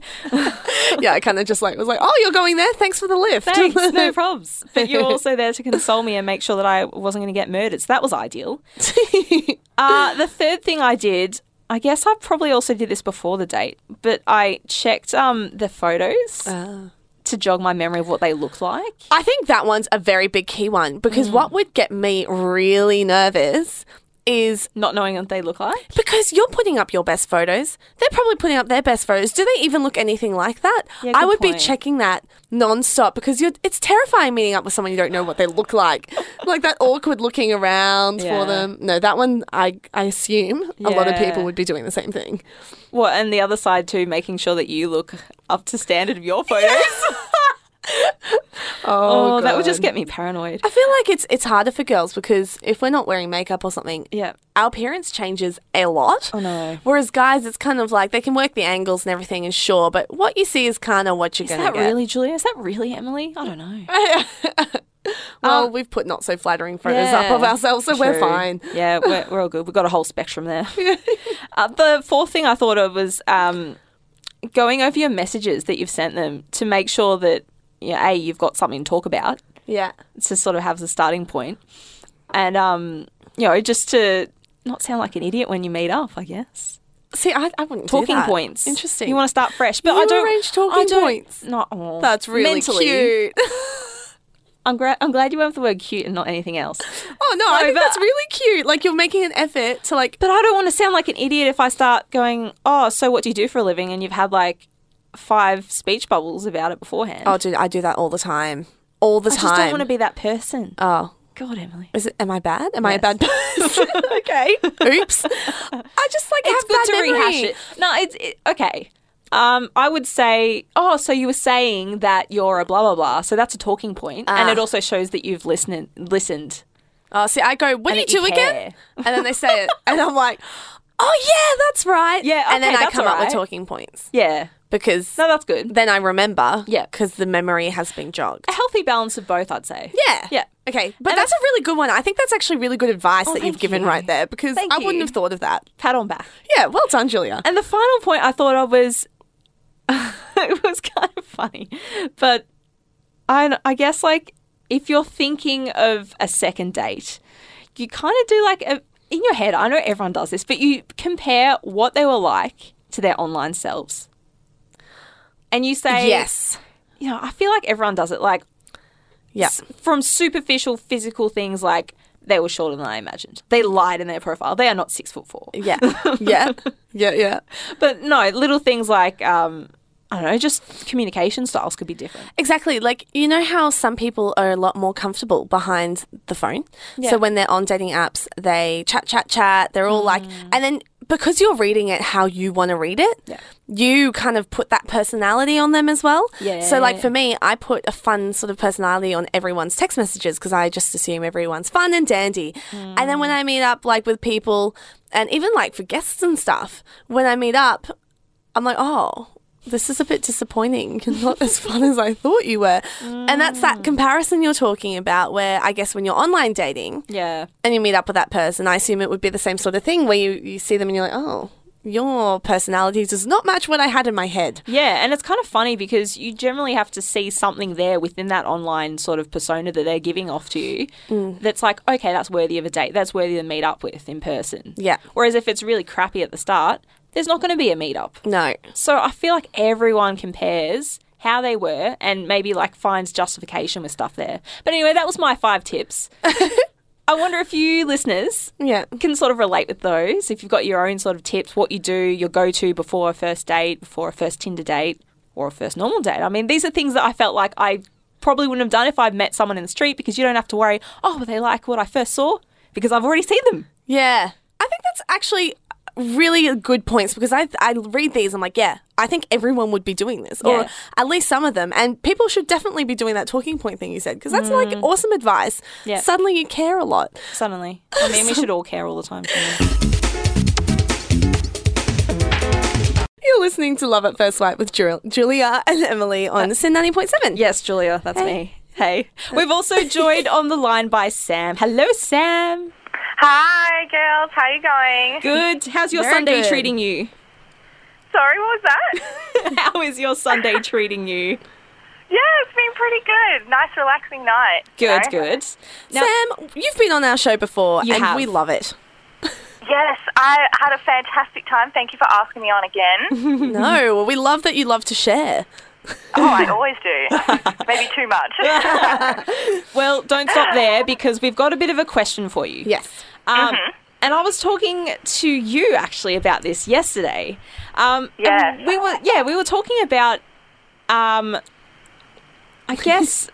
[SPEAKER 1] yeah, I kind of just like was like, oh, you're going there. Thanks for the lift.
[SPEAKER 2] Thanks, no probs. But you were also there to console me and make sure that I wasn't going to get murdered. So that was ideal. Uh, the third thing I did, I guess I probably also did this before the date, but I checked um, the photos
[SPEAKER 1] Uh.
[SPEAKER 2] to jog my memory of what they looked like. Mm.
[SPEAKER 1] I think that one's a very big key one because what would get me really nervous is
[SPEAKER 2] Not knowing what they look like.
[SPEAKER 1] because you're putting up your best photos. They're probably putting up their best photos. Do they even look anything like that?
[SPEAKER 2] Yeah,
[SPEAKER 1] I
[SPEAKER 2] good
[SPEAKER 1] would be
[SPEAKER 2] point.
[SPEAKER 1] checking that nonstop because you're, it's terrifying meeting up with someone you don't know what they look like. like that awkward looking around
[SPEAKER 2] Yeah.
[SPEAKER 1] for them. No, that one, I, I assume a lot of
[SPEAKER 2] Yeah.
[SPEAKER 1] people would be doing the same thing.
[SPEAKER 2] Well, and the other side too, making sure that you look up to standard of your photos. oh, that would just
[SPEAKER 1] God.
[SPEAKER 2] get me paranoid.
[SPEAKER 1] I feel like it's it's harder for girls because if we're not wearing makeup or something,
[SPEAKER 2] Yeah.
[SPEAKER 1] our appearance changes a lot.
[SPEAKER 2] Oh, no.
[SPEAKER 1] Whereas guys, it's kind of like they can work the angles and everything, and sure, but what you see is kind of what you're
[SPEAKER 2] Is
[SPEAKER 1] going to
[SPEAKER 2] that
[SPEAKER 1] get.
[SPEAKER 2] really Julia? Is that really Emily? I don't know.
[SPEAKER 1] Well, we've put not so flattering photos up
[SPEAKER 2] Yeah.
[SPEAKER 1] of ourselves, so we're
[SPEAKER 2] True.
[SPEAKER 1] fine.
[SPEAKER 2] Yeah, we're, we're all good. We've got a whole spectrum there. uh, the fourth thing I thought of was um, going over your messages that you've sent them to make sure that, you know, A, you've got something to talk about
[SPEAKER 1] Yeah.
[SPEAKER 2] to sort of have as a starting point. And, um, you know, just to not sound like an idiot when you meet up, I guess.
[SPEAKER 1] See, I, I wouldn't do
[SPEAKER 2] Talking
[SPEAKER 1] that.
[SPEAKER 2] points.
[SPEAKER 1] Interesting.
[SPEAKER 2] You want to start fresh, but I
[SPEAKER 1] You
[SPEAKER 2] don't
[SPEAKER 1] arrange talking
[SPEAKER 2] I don't,
[SPEAKER 1] points.
[SPEAKER 2] Not all.
[SPEAKER 1] That's really
[SPEAKER 2] Mentally,
[SPEAKER 1] cute.
[SPEAKER 2] I'm, gra- I'm glad you went with the word cute and not anything else.
[SPEAKER 1] oh no, I think
[SPEAKER 2] but-
[SPEAKER 1] that's really cute. Like you're making an effort to like.
[SPEAKER 2] But I don't want to sound like an idiot if I start going, oh, so what do you do for a living? And you've had like five speech bubbles about it beforehand.
[SPEAKER 1] Oh, dude, I do that all the time. All the
[SPEAKER 2] I
[SPEAKER 1] time.
[SPEAKER 2] just don't want to be that person.
[SPEAKER 1] Oh.
[SPEAKER 2] God, Emily.
[SPEAKER 1] Is it, am I bad? Am I a
[SPEAKER 2] Yes.
[SPEAKER 1] bad person? okay. Oops. I just like
[SPEAKER 2] It's
[SPEAKER 1] have
[SPEAKER 2] good
[SPEAKER 1] bad
[SPEAKER 2] to
[SPEAKER 1] memory.
[SPEAKER 2] rehash it. No, it's it, okay. Um, I would say, oh, so you were saying that you're a blah blah blah. So that's a talking point, and
[SPEAKER 1] Ah.
[SPEAKER 2] it also shows that you've listened. Listened.
[SPEAKER 1] Oh, see, I go, what do you
[SPEAKER 2] that you
[SPEAKER 1] do again? And then they say it, and I'm like, oh yeah, that's right.
[SPEAKER 2] Yeah,
[SPEAKER 1] and then
[SPEAKER 2] okay,
[SPEAKER 1] I
[SPEAKER 2] that's
[SPEAKER 1] come up with
[SPEAKER 2] alright.
[SPEAKER 1] talking points
[SPEAKER 2] Yeah.
[SPEAKER 1] because
[SPEAKER 2] No, that's good.
[SPEAKER 1] then I remember.
[SPEAKER 2] Yeah.
[SPEAKER 1] because the memory has been jogged.
[SPEAKER 2] a healthy balance of both, I'd say.
[SPEAKER 1] Yeah.
[SPEAKER 2] Yeah.
[SPEAKER 1] Okay, but that's, a really good one. I think that's actually really good advice that you've
[SPEAKER 2] Oh, thank
[SPEAKER 1] given
[SPEAKER 2] you.
[SPEAKER 1] right there because
[SPEAKER 2] Thank
[SPEAKER 1] I wouldn't
[SPEAKER 2] you.
[SPEAKER 1] have thought of that.
[SPEAKER 2] Pat on back.
[SPEAKER 1] Yeah, well done, Julia.
[SPEAKER 2] And the final point I thought of was it was kind of funny, but I I guess like if you're thinking of a second date, you kind of do like a, in your head. I know everyone does this, but you compare what they were like to their online selves, and you say,
[SPEAKER 1] yes.
[SPEAKER 2] you know, I feel like everyone does it. Like
[SPEAKER 1] Yeah.
[SPEAKER 2] s- from superficial physical things like." They were shorter than I imagined. They lied in their profile. They are not six foot four.
[SPEAKER 1] Yeah. Yeah. Yeah. Yeah.
[SPEAKER 2] But no, little things like um, I don't know, just communication styles could be different.
[SPEAKER 1] Exactly. Like, you know how some people are a lot more comfortable behind the phone? So when they're on dating apps, they chat, chat, chat. They're all like, and then because you're reading it how you want to read it,
[SPEAKER 2] Mm. Yeah.
[SPEAKER 1] you kind of put that personality on them as well.
[SPEAKER 2] Yeah.
[SPEAKER 1] So, like, for me, I put a fun sort of personality on everyone's text messages because I just assume everyone's fun and dandy. And then when
[SPEAKER 2] Hmm.
[SPEAKER 1] I meet up, like, with people and even like for guests and stuff, when I meet up, I'm like, oh, this is a bit disappointing. You're not as fun as I thought you were. And that's
[SPEAKER 2] Hmm.
[SPEAKER 1] that comparison you're talking about, where I guess when you're online dating
[SPEAKER 2] Yeah.
[SPEAKER 1] and you meet up with that person, I assume it would be the same sort of thing where you, you see them and you're like, oh, your personality does not match what I had in my head.
[SPEAKER 2] Yeah, and it's kind of funny because you generally have to see something there within that online sort of persona that they're giving off to you that's like, okay, that's worthy of a date. That's worthy to meet up with in person.
[SPEAKER 1] Yeah.
[SPEAKER 2] Whereas if it's really crappy at the start, there's not going to be a meetup.
[SPEAKER 1] No.
[SPEAKER 2] So I feel like everyone compares how they were and maybe like finds justification with stuff there. But anyway, that was my five tips. I wonder if you listeners
[SPEAKER 1] Yeah.
[SPEAKER 2] can sort of relate with those. If you've got your own sort of tips, what you do, your go to before a first date, before a first Tinder date, or a first normal date. I mean, these are things that I felt like I probably wouldn't have done if I met someone in the street because you don't have to worry, oh, were they like what I first saw? Because I've already seen them.
[SPEAKER 1] Yeah. I think that's actually really good points because I, I read these, I'm like, yeah, I think everyone would be doing this, or
[SPEAKER 2] Yeah.
[SPEAKER 1] at least some of them. And people should definitely be doing that talking point thing you said because that's like awesome advice.
[SPEAKER 2] Mm. Yeah.
[SPEAKER 1] Suddenly you care a lot.
[SPEAKER 2] Suddenly. I mean, we should all care all the time. shouldn't we?
[SPEAKER 1] You're listening to Love at First Sight with Jul- Julia and Emily on Sin 90.7.
[SPEAKER 2] Uh, yes, Julia, that's me. Hey. We've also joined on the line by Sam. Hello, Sam.
[SPEAKER 4] Hi, girls. How you going?
[SPEAKER 2] Good. How's your
[SPEAKER 1] Very
[SPEAKER 2] Sunday
[SPEAKER 1] good.
[SPEAKER 2] treating you?
[SPEAKER 4] Sorry, what was that?
[SPEAKER 2] How is your Sunday treating you?
[SPEAKER 4] yeah, it's been pretty good. Nice, relaxing night. you
[SPEAKER 2] Good,
[SPEAKER 4] know?
[SPEAKER 2] good. Now,
[SPEAKER 1] Sam, you've been on our show before
[SPEAKER 2] You
[SPEAKER 1] and
[SPEAKER 2] have.
[SPEAKER 1] we love it.
[SPEAKER 4] Yes, I had a fantastic time. Thank you for asking me on again.
[SPEAKER 1] no, well, we love that you love to share.
[SPEAKER 4] oh, I always do. Maybe too much.
[SPEAKER 2] Um, Well, don't stop there because we've got a bit of a question for you.
[SPEAKER 1] Yes.
[SPEAKER 2] Um, and I was talking to you actually about this yesterday. Um,
[SPEAKER 4] Yeah.
[SPEAKER 2] and we were yeah we were talking about, um, I guess.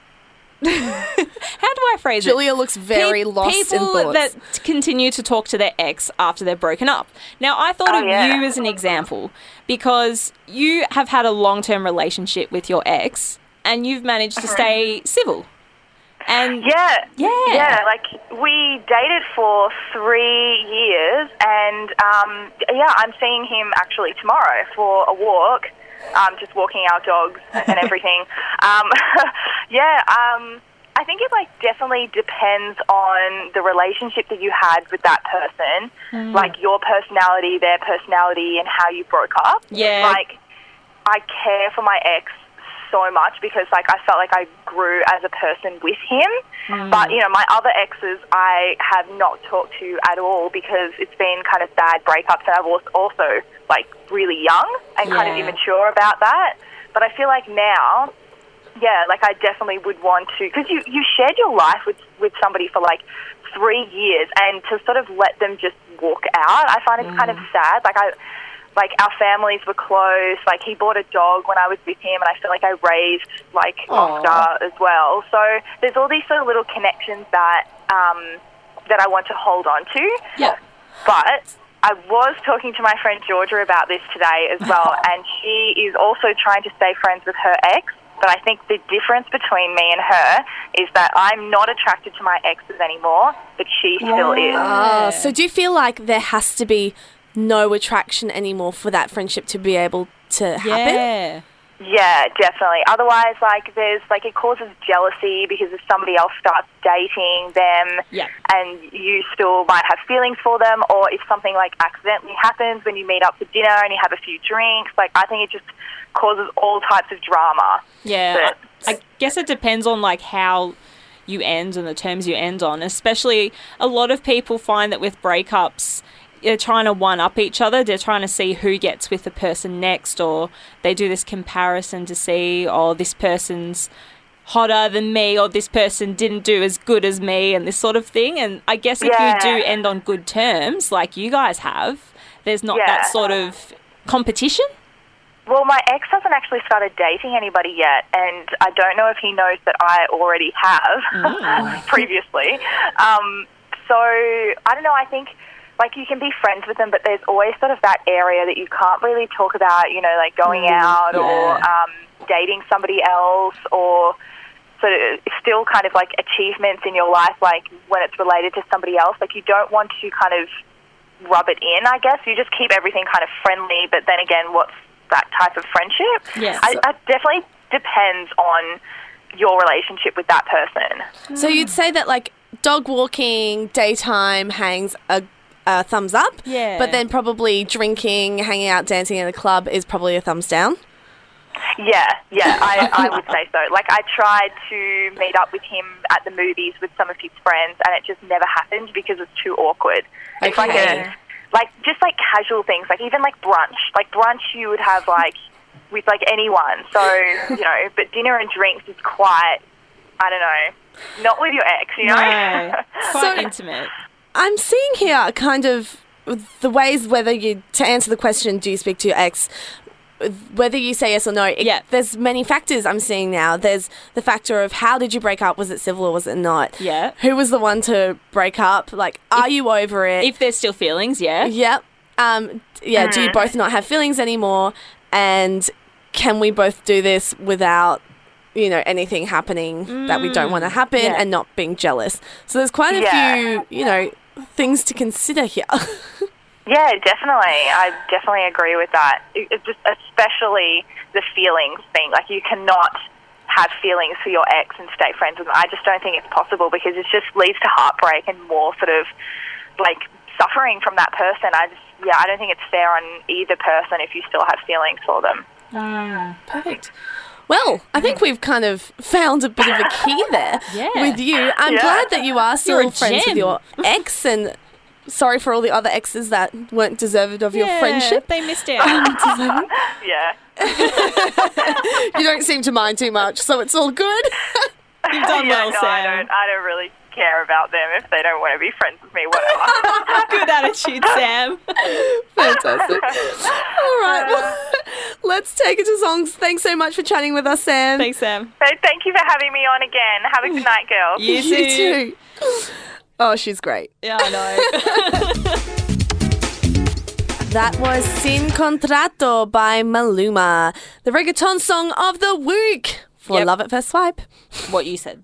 [SPEAKER 2] How do I phrase it?
[SPEAKER 1] Julia looks very
[SPEAKER 2] Pe-
[SPEAKER 1] lost in thoughts.
[SPEAKER 2] people that t- continue to talk to their ex after they're broken up. Now, I thought
[SPEAKER 4] Oh,
[SPEAKER 2] of
[SPEAKER 4] yeah.
[SPEAKER 2] you as an example because you have had a long term relationship with your ex and you've managed
[SPEAKER 1] Mm-hmm.
[SPEAKER 2] to stay civil. And
[SPEAKER 4] Yeah.
[SPEAKER 2] Yeah.
[SPEAKER 4] Yeah. Like we dated for three years, and um, yeah, I'm seeing him actually tomorrow for a walk. Um, just walking our dogs and everything. um, yeah. Um, I think it like definitely depends on the relationship that you had with that person,
[SPEAKER 2] Mm.
[SPEAKER 4] like your personality, their personality, and how you broke up.
[SPEAKER 2] Yeah.
[SPEAKER 4] Like I care for my ex so much because like I felt like I grew as a person with him. But you know, my other exes I have not talked to at all because it's been kind of bad breakups, and I was also like really young and kind of
[SPEAKER 2] Yeah.
[SPEAKER 4] immature about that. But I feel like now yeah, like I definitely would want to because you you shared your life with with somebody for like three years, and to sort of let them just walk out, I find it's kind of sad. Like I. Like our families were close. Like he bought a dog when I was with him, and I feel like I raised like Oscar as well. So there's all these sort of little connections that um, that I want to hold on to.
[SPEAKER 2] yeah.
[SPEAKER 4] But I was talking to my friend Georgia about this today as well, and she is also trying to stay friends with her ex. But I think the difference between me and her is that I'm not attracted to my exes anymore, but she still is.
[SPEAKER 1] Ah, so do you feel like there has to be no attraction anymore for that friendship to be able to happen?
[SPEAKER 2] Yeah.
[SPEAKER 4] Yeah, definitely. Otherwise, like, there's like it causes jealousy because if somebody else starts dating them,
[SPEAKER 2] Yeah.
[SPEAKER 4] and you still might have feelings for them, or if something like accidentally happens when you meet up for dinner and you have a few drinks, like I think it just causes all types of drama.
[SPEAKER 2] Yeah.
[SPEAKER 4] But-
[SPEAKER 2] I, I guess it depends on like how you end and the terms you end on. Especially a lot of people find that with breakups they're trying to one up each other. They're trying to see who gets with the person next or they do this comparison to see oh this person's hotter than me or this person didn't do as good as me and this sort of thing. And I guess if
[SPEAKER 4] Yeah.
[SPEAKER 2] you do end on good terms like you guys have, there's not
[SPEAKER 4] Yeah.
[SPEAKER 2] that sort of competition.
[SPEAKER 4] Well, my ex hasn't actually started dating anybody yet, and I don't know if he knows that I already have previously. Um, so I don't know. I think like you can be friends with them, but there's always sort of that area that you can't really talk about. You know, like going out or
[SPEAKER 2] yeah.
[SPEAKER 4] um, dating somebody else, or sort of still kind of like achievements in your life, like when it's related to somebody else. Like you don't want to kind of rub it in, I guess. You just keep everything kind of friendly, but then again, what's that type of friendship?
[SPEAKER 2] Yes.
[SPEAKER 4] I, I definitely depends on your relationship with that person.
[SPEAKER 1] So you'd say that like dog walking, daytime hangs a, a thumbs up.
[SPEAKER 2] Yeah.
[SPEAKER 1] But then probably drinking, hanging out, dancing in a club is probably a thumbs down.
[SPEAKER 4] Yeah, yeah, I, I would say so. Like, I tried to meet up with him at the movies with some of his friends, and it just never happened because it's too awkward. It's like
[SPEAKER 1] Okay.
[SPEAKER 4] a, like just like casual things, like even like brunch. Like brunch, you would have like with like anyone. So you know, but dinner and drinks is quite. I don't know. Not with your ex, you know.
[SPEAKER 2] Quite intimate.
[SPEAKER 1] I'm seeing here kind of the ways whether you to answer the question, do you speak to your ex? Whether you say yes or no, it-
[SPEAKER 2] Yeah.
[SPEAKER 1] there's many factors I'm seeing now. There's the factor of how did you break up? Was it civil or was it not?
[SPEAKER 2] Yeah.
[SPEAKER 1] Who was the one to break up? Like, are you over it?
[SPEAKER 2] If there's still feelings, yeah.
[SPEAKER 1] Yep. Um, d- yeah. Do you
[SPEAKER 2] Mm.
[SPEAKER 1] both not have feelings anymore? And can we both do this without, you know, anything happening that we don't want to happen
[SPEAKER 2] Mm. yeah.
[SPEAKER 1] and not being jealous? So there's quite a
[SPEAKER 4] Yeah.
[SPEAKER 1] few, you know, things to consider here.
[SPEAKER 4] Yeah, definitely. I definitely agree with that. It, it just especially the feelings thing. Like you cannot have feelings for your ex and stay friends with them. I just don't think it's possible because it just leads to heartbreak and more sort of like suffering from that person. I just yeah, I don't think it's fair on either person if you still have feelings for them.
[SPEAKER 1] Perfect. Well, I think we've kind of found a bit of a key there
[SPEAKER 2] Mm. Yeah.
[SPEAKER 1] with you. I'm
[SPEAKER 4] Yeah.
[SPEAKER 1] glad that you are
[SPEAKER 2] You're
[SPEAKER 1] still
[SPEAKER 2] a
[SPEAKER 1] friends with
[SPEAKER 2] gem.
[SPEAKER 1] your ex and sorry for all the other exes that weren't deserved of your
[SPEAKER 2] Yeah,
[SPEAKER 1] friendship.
[SPEAKER 2] They missed out.
[SPEAKER 4] Yeah.
[SPEAKER 1] You don't seem to mind too much, so it's all good.
[SPEAKER 2] You've done
[SPEAKER 4] yeah,
[SPEAKER 2] well,
[SPEAKER 4] no, I
[SPEAKER 2] Sam.
[SPEAKER 4] don't. I don't really care about them if they don't want to be friends with me. Whatever.
[SPEAKER 2] Good attitude, Sam.
[SPEAKER 1] Fantastic. All right. Well, let's take it to songs. Thanks so much for chatting with us, Sam.
[SPEAKER 2] Thanks, Sam.
[SPEAKER 4] so thank you for having me on again. Have a good night, girls.
[SPEAKER 2] You too.
[SPEAKER 1] You too. Oh, she's great.
[SPEAKER 2] Yeah, I know.
[SPEAKER 1] That was Sin Contrato by Maluma, the reggaeton song of the week for
[SPEAKER 2] Yep.
[SPEAKER 1] Love at First Swipe.
[SPEAKER 2] what you said.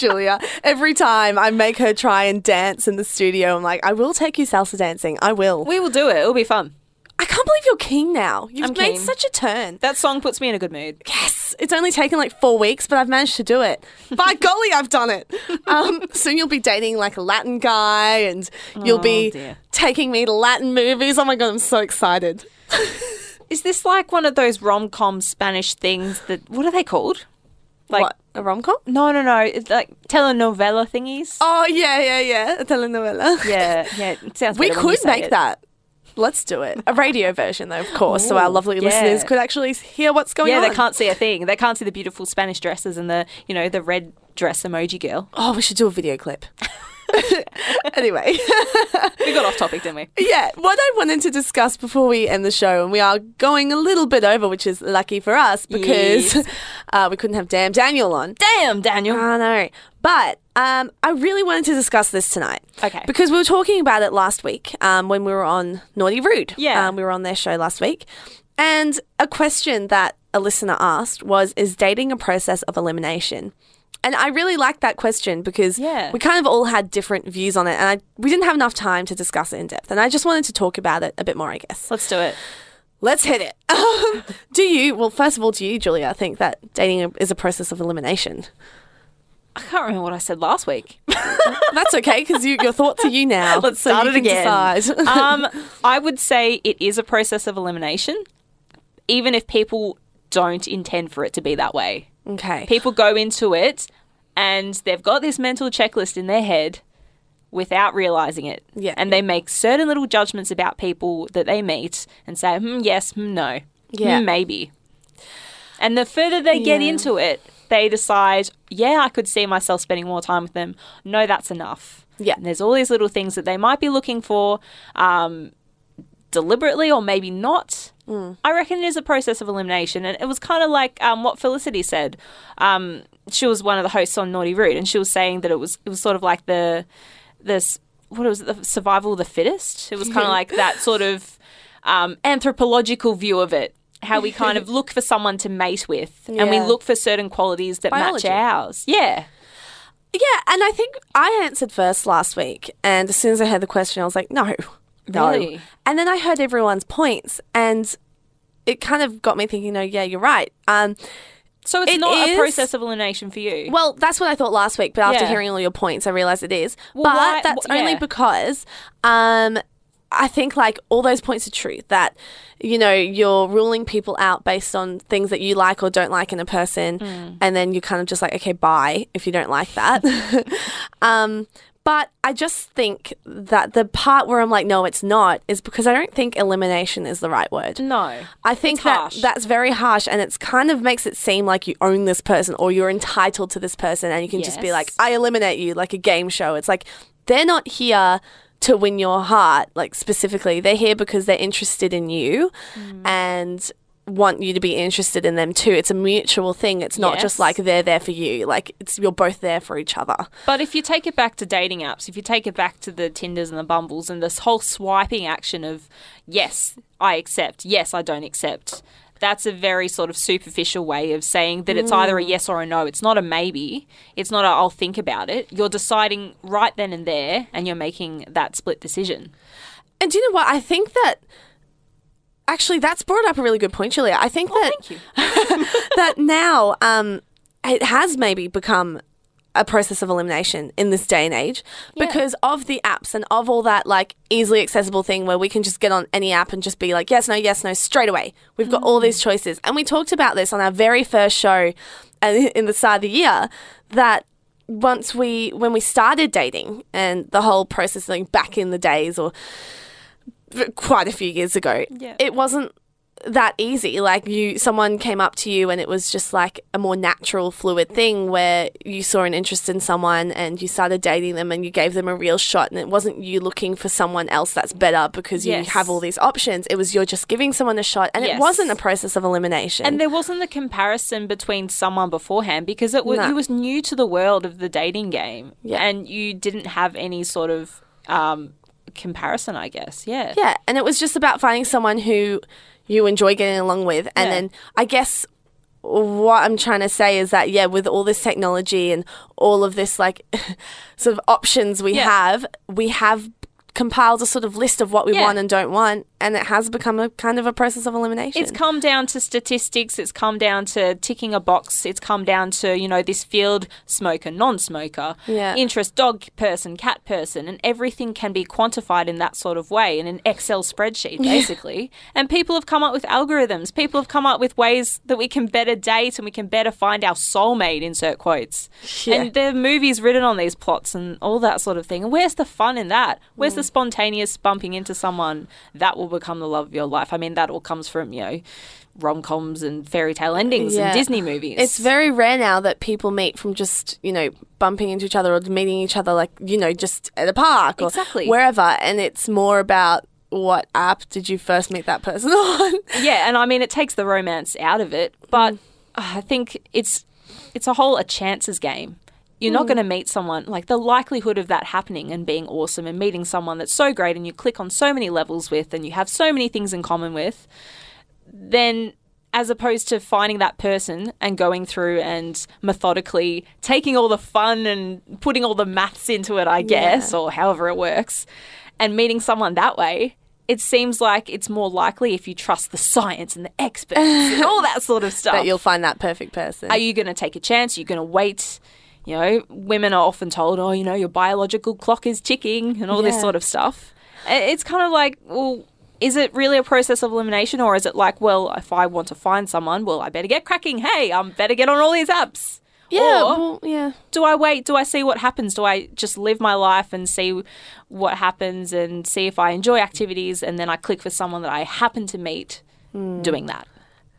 [SPEAKER 1] Julia, every time I make her try and dance in the studio, I'm like, I will take you salsa dancing. I will.
[SPEAKER 2] We will do it. It'll be fun.
[SPEAKER 1] I can't believe you're keen now. You've
[SPEAKER 2] I'm
[SPEAKER 1] made
[SPEAKER 2] keen.
[SPEAKER 1] such a turn.
[SPEAKER 2] That song puts me in a good mood.
[SPEAKER 1] Yes, it's only taken like four weeks, but I've managed to do it. By golly, I've done it. Um, soon you'll be dating like a Latin guy, and you'll be
[SPEAKER 2] Oh, dear.
[SPEAKER 1] taking me to Latin movies. Oh my god, I'm so excited.
[SPEAKER 2] Is this like one of those rom com Spanish things that, what are they called? Like,
[SPEAKER 1] what a rom com?
[SPEAKER 2] no, no, no. It's like telenovela thingies.
[SPEAKER 1] Oh yeah, yeah, yeah, a telenovela.
[SPEAKER 2] Yeah, yeah. It sounds
[SPEAKER 1] we
[SPEAKER 2] better when you
[SPEAKER 1] could
[SPEAKER 2] say
[SPEAKER 1] make
[SPEAKER 2] it.
[SPEAKER 1] that. Let's do it. A radio version, though, of course, so our
[SPEAKER 2] Ooh,
[SPEAKER 1] lovely
[SPEAKER 2] yeah.
[SPEAKER 1] listeners could actually hear what's going
[SPEAKER 2] Yeah,
[SPEAKER 1] on.
[SPEAKER 2] they can't see a thing. They can't see the beautiful Spanish dresses and the, you know, the red dress emoji girl.
[SPEAKER 1] Oh, we should do a video clip. anyway.
[SPEAKER 2] We got off topic, didn't we?
[SPEAKER 1] Yeah, what I wanted to discuss before we end the show, and we are going a little bit over, which is lucky for us because
[SPEAKER 2] Yes.
[SPEAKER 1] uh, we couldn't have Damn Daniel on.
[SPEAKER 2] Damn, Daniel.
[SPEAKER 1] I know. But um, I really wanted to discuss this tonight.
[SPEAKER 2] Okay.
[SPEAKER 1] Because we were talking about it last week um, when we were on Naughty Rude.
[SPEAKER 2] Yeah.
[SPEAKER 1] Um, we were on their show last week. And a question that a listener asked was Is dating a process of elimination? And I really liked that question because
[SPEAKER 2] Yeah.
[SPEAKER 1] we kind of all had different views on it. And I, we didn't have enough time to discuss it in depth. And I just wanted to talk about it a bit more, I guess.
[SPEAKER 2] Let's do it.
[SPEAKER 1] Let's hit it. Um, do you, well, first of all, do you, Julia, think that dating is a process of elimination?
[SPEAKER 2] I can't remember what I said last week.
[SPEAKER 1] That's okay because you, your thoughts are you now.
[SPEAKER 2] Let's
[SPEAKER 1] so
[SPEAKER 2] start
[SPEAKER 1] you
[SPEAKER 2] it
[SPEAKER 1] can
[SPEAKER 2] again.
[SPEAKER 1] decide.
[SPEAKER 2] um, I would say it is a process of elimination, even if people don't intend for it to be that way.
[SPEAKER 1] okay.
[SPEAKER 2] People go into it and they've got this mental checklist in their head without realizing it.
[SPEAKER 1] Yeah.
[SPEAKER 2] And they make certain little judgments about people that they meet and say, hmm, yes, hmm, no,
[SPEAKER 1] Yeah.
[SPEAKER 2] hmm, maybe. And the further they get
[SPEAKER 1] Yeah.
[SPEAKER 2] into it, they decide, yeah, I could see myself spending more time with them. No, that's enough.
[SPEAKER 1] Yeah.
[SPEAKER 2] And there's all these little things that they might be looking for um, deliberately or maybe not.
[SPEAKER 1] Mm.
[SPEAKER 2] I reckon it is a process of elimination. And it was kind of like um, what Felicity said. Um, she was one of the hosts on Naughty Rude, and she was saying that it was it was sort of like the this what was it, the survival of the fittest. It was kind of like that sort of um, anthropological view of it. How we kind of look for someone to mate with, and we
[SPEAKER 1] Yeah.
[SPEAKER 2] look for certain qualities that
[SPEAKER 1] Biology.
[SPEAKER 2] match ours. Yeah,
[SPEAKER 1] yeah, and I think I answered first last week, and as soon as I heard the question, I was like, no, no.
[SPEAKER 2] Really?
[SPEAKER 1] And then I heard everyone's points, and it kind of got me thinking, no, yeah, you're right. Um,
[SPEAKER 2] so it's
[SPEAKER 1] It
[SPEAKER 2] not
[SPEAKER 1] is-
[SPEAKER 2] a process of elimination for you.
[SPEAKER 1] well, that's what I thought last week, but after
[SPEAKER 2] Yeah.
[SPEAKER 1] hearing all your points, I realized it is. but
[SPEAKER 2] Well, why-
[SPEAKER 1] that's
[SPEAKER 2] wh-
[SPEAKER 1] only
[SPEAKER 2] yeah.
[SPEAKER 1] because um, I think like all those points are true that you know you're ruling people out based on things that you like or don't like in a person,
[SPEAKER 2] Mm.
[SPEAKER 1] and then you're kind of just like, okay, bye if you don't like that. um, but I just think that the part where I'm like, no, it's not, is because I don't think elimination is the right word.
[SPEAKER 2] no,
[SPEAKER 1] I think
[SPEAKER 2] It's
[SPEAKER 1] that
[SPEAKER 2] harsh.
[SPEAKER 1] that's very harsh, and it's kind of makes it seem like you own this person or you're entitled to this person, and you can just be like,
[SPEAKER 2] Yes.
[SPEAKER 1] "I eliminate you," like a game show. It's like they're not here to win your heart, like specifically. They're here because they're interested in you,
[SPEAKER 2] Mm.
[SPEAKER 1] and want you to be interested in them too. It's a mutual thing. It's not just
[SPEAKER 2] Yes.
[SPEAKER 1] like they're there for you. Like it's you're both there for each other.
[SPEAKER 2] But if you take it back to dating apps, if you take it back to the Tinders and the Bumbles and this whole swiping action of yes, I accept, yes, I don't accept, that's a very sort of superficial way of saying that it's either a yes or a no. It's not a maybe. It's not a I'll think about it. You're deciding right then and there and you're making that split decision.
[SPEAKER 1] And do you know what? I think that actually that's brought up a really good point, Julia. I think that that now um, it has maybe become a process of elimination in this day and age because of the apps and of all that like easily accessible thing where we can just get on any app and just be like yes no yes no straight away we've got all these choices and we talked about this on our very first show uh, in the start of the year that once we when we started dating and the whole process like back in the days or quite a few years ago.
[SPEAKER 2] Yeah.
[SPEAKER 1] It wasn't that easy. Like you, someone came up to you and it was just like a more natural, fluid thing where you saw an interest in someone and you started dating them and you gave them a real shot. And it wasn't you looking for someone else that's better because
[SPEAKER 2] Yes.
[SPEAKER 1] you have all these options. It was you're just giving someone a shot, and
[SPEAKER 2] Yes.
[SPEAKER 1] it wasn't a process of elimination.
[SPEAKER 2] And there wasn't the comparison between someone beforehand because it was
[SPEAKER 1] No.
[SPEAKER 2] you was new to the world of the dating game,
[SPEAKER 1] Yeah.
[SPEAKER 2] and you didn't have any sort of um, comparison, I guess. Yeah.
[SPEAKER 1] Yeah, and it was just about finding someone who you enjoy getting along with. And
[SPEAKER 2] Yeah.
[SPEAKER 1] then I guess what I'm trying to say is that, yeah, with all this technology and all of this, like, sort of options we
[SPEAKER 2] Yeah.
[SPEAKER 1] have, we have compiled a sort of list of what we
[SPEAKER 2] Yeah.
[SPEAKER 1] want and don't want. And it has become a kind of a process of elimination.
[SPEAKER 2] It's come down to statistics. It's come down to ticking a box. It's come down to you know this field smoker, non-smoker,
[SPEAKER 1] Yeah.
[SPEAKER 2] interest, dog person, cat person, and everything can be quantified in that sort of way in an Excel spreadsheet, basically. And people have come up with algorithms. People have come up with ways that we can better date and we can better find our soulmate. Insert quotes. And there are movies written on these plots and all that sort of thing. And where's the fun in that? Where's
[SPEAKER 1] Mm.
[SPEAKER 2] the spontaneous bumping into someone that will become the love of your life? I mean, that all comes from, you know, rom coms and fairy tale endings
[SPEAKER 1] Yeah.
[SPEAKER 2] and Disney movies.
[SPEAKER 1] It's very rare now that people meet from just, you know, bumping into each other or meeting each other, like, you know, just at a park or
[SPEAKER 2] Exactly.
[SPEAKER 1] wherever. And it's more about what app did you first meet that person on?
[SPEAKER 2] yeah, and I mean, it takes the romance out of it, but uh, I think it's it's a whole a chances game. You're
[SPEAKER 1] Hmm.
[SPEAKER 2] not going to meet someone like the likelihood of that happening and being awesome and meeting someone that's so great and you click on so many levels with and you have so many things in common with, then as opposed to finding that person and going through and methodically taking all the fun and putting all the maths into it, I guess, or however it works, and meeting someone that way, it seems like it's more likely if you trust the science and the experts and all that sort of stuff
[SPEAKER 1] that you'll find that perfect person.
[SPEAKER 2] are you going to take a chance? Are you going to wait? You know, women are often told, oh, you know, your biological clock is ticking and all this
[SPEAKER 1] Yeah.
[SPEAKER 2] sort of stuff. I- It's kind of like, well, is it really a process of elimination or is it like, well, if I want to find someone, well, I better get cracking. Hey, I'm better get on all these apps.
[SPEAKER 1] yeah,
[SPEAKER 2] Or-
[SPEAKER 1] well, yeah.
[SPEAKER 2] Do I wait? Do I see what happens? Do I just live my life and see what happens and see if I enjoy activities and then I click for someone that I happen to meet
[SPEAKER 1] Hmm.
[SPEAKER 2] doing that?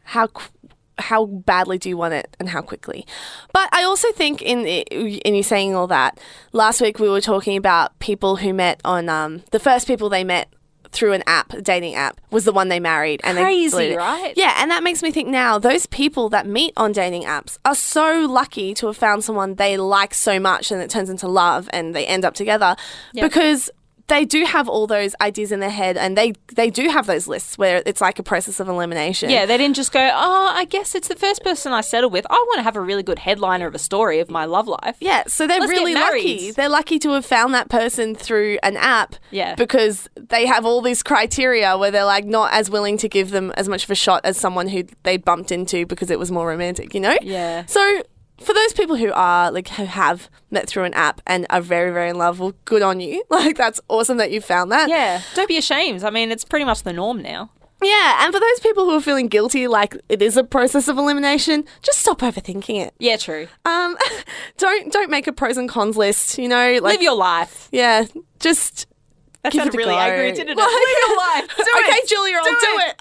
[SPEAKER 1] How qu- how badly do you want it, and how quickly? But I also think in in you saying all that, last week we were talking about people who met on um, the first people they met through an app, a dating app, was the one they married, and they
[SPEAKER 2] Crazy,
[SPEAKER 1] split it.
[SPEAKER 2] right?
[SPEAKER 1] Yeah, and that makes me think now those people that meet on dating apps are so lucky to have found someone they like so much, and it turns into love, and they end up together because they do have all those ideas in their head and they they do have those lists where it's like a process of elimination.
[SPEAKER 2] Yeah, they didn't just go, oh, I guess it's the first person I settle with. I want to have a really good headliner of a story of my love life.
[SPEAKER 1] Yeah, so they're
[SPEAKER 2] Let's get
[SPEAKER 1] really lucky.
[SPEAKER 2] married.
[SPEAKER 1] They're lucky to have found that person through an app
[SPEAKER 2] Yeah.
[SPEAKER 1] because they have all these criteria where they're like not as willing to give them as much of a shot as someone who they bumped into because it was more romantic, you know?
[SPEAKER 2] Yeah.
[SPEAKER 1] So for those people who are like who have met through an app and are very, very in love, well, good on you. Like that's awesome that you found that.
[SPEAKER 2] Yeah. Don't be ashamed. I mean, it's pretty much the norm now.
[SPEAKER 1] Yeah, and for those people who are feeling guilty, like it is a process of elimination, just stop overthinking it.
[SPEAKER 2] Yeah, true.
[SPEAKER 1] Um, don't don't make a pros and cons list. You know, like
[SPEAKER 2] Live your life.
[SPEAKER 1] yeah, just
[SPEAKER 2] That
[SPEAKER 1] give
[SPEAKER 2] sounded
[SPEAKER 1] it a
[SPEAKER 2] really
[SPEAKER 1] go.
[SPEAKER 2] angry, didn't it?
[SPEAKER 1] Like-
[SPEAKER 2] Live your life. Do
[SPEAKER 1] okay,
[SPEAKER 2] it.
[SPEAKER 1] Julia, I'll do it.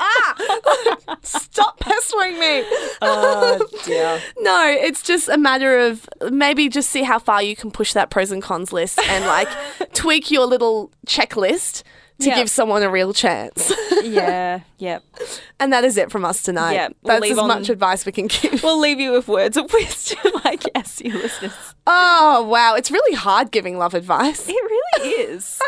[SPEAKER 1] Ah, stop pestering me.
[SPEAKER 2] Oh, yeah.
[SPEAKER 1] No, it's just a matter of maybe just see how far you can push that pros and cons list and like tweak your little checklist to
[SPEAKER 2] Yeah.
[SPEAKER 1] give someone a real chance.
[SPEAKER 2] Yeah. Yep.
[SPEAKER 1] and that is it from us tonight.
[SPEAKER 2] Yeah,
[SPEAKER 1] that's
[SPEAKER 2] leave
[SPEAKER 1] as
[SPEAKER 2] on-
[SPEAKER 1] much advice we can give.
[SPEAKER 2] We'll leave you with words of wisdom, I guess, you listeners.
[SPEAKER 1] Oh, wow. It's really hard giving love advice.
[SPEAKER 2] It really is.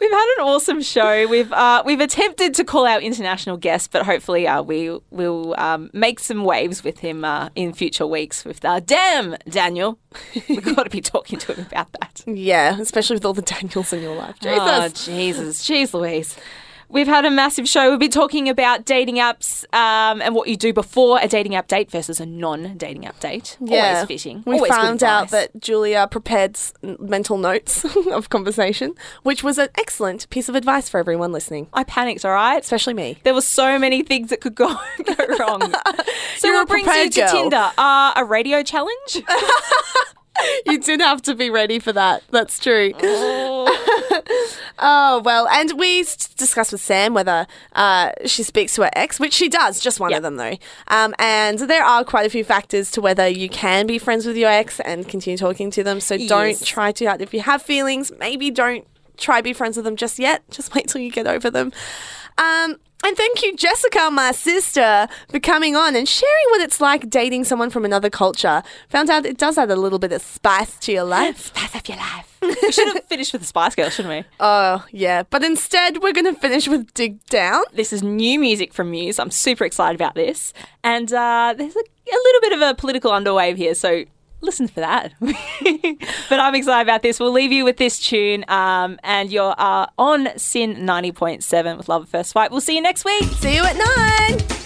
[SPEAKER 2] We've had an awesome show. We've uh, we've attempted to call our international guest, but hopefully uh, we will um, make some waves with him uh, in future weeks. With uh, damn Daniel, we've got to be talking to him about that.
[SPEAKER 1] Yeah, especially with all the Daniels in your life. Jesus.
[SPEAKER 2] Oh, Jesus. Jeez Louise. We've had a massive show. We've been talking about dating apps um, and what you do before a dating app date versus a non-dating app date. Always fishing.
[SPEAKER 1] We
[SPEAKER 2] Always good
[SPEAKER 1] found out
[SPEAKER 2] advice.
[SPEAKER 1] that Julia prepared s- mental notes of conversation, which was an excellent piece of advice for everyone listening,
[SPEAKER 2] I panicked. All right.
[SPEAKER 1] especially me.
[SPEAKER 2] There were so many things that could go, go wrong. So
[SPEAKER 1] You're a
[SPEAKER 2] what brings you
[SPEAKER 1] prepared
[SPEAKER 2] to
[SPEAKER 1] girl.
[SPEAKER 2] Tinder? Uh, a radio challenge?
[SPEAKER 1] you did have to be ready for that. That's true. Oh, well, and we s- discussed with Sam whether uh, she speaks to her ex, which she does, just one of them, though. Um, and there are quite a few factors to whether you can be friends with your ex and continue talking to them. So
[SPEAKER 2] Yes.
[SPEAKER 1] don't try to, if you have feelings, maybe don't try to be friends with them just yet. Just wait till you get over them. Um, and thank you, Jessica, my sister, for coming on and sharing what it's like dating someone from another culture. Found out it does add a little bit of spice to your life.
[SPEAKER 2] Spice up your life. we should have finished with the Spice Girls, shouldn't we?
[SPEAKER 1] Oh, yeah. But instead, we're going to finish with Dig Down.
[SPEAKER 2] This is new music from Muse. I'm super excited about this. And uh, there's a, a little bit of a political underwave here, so listen for that. but I'm excited about this. We'll leave you with this tune. Um, and you're uh, on Sin 90.7 with Love at First Fight. We'll see you next week.
[SPEAKER 1] See you at nine.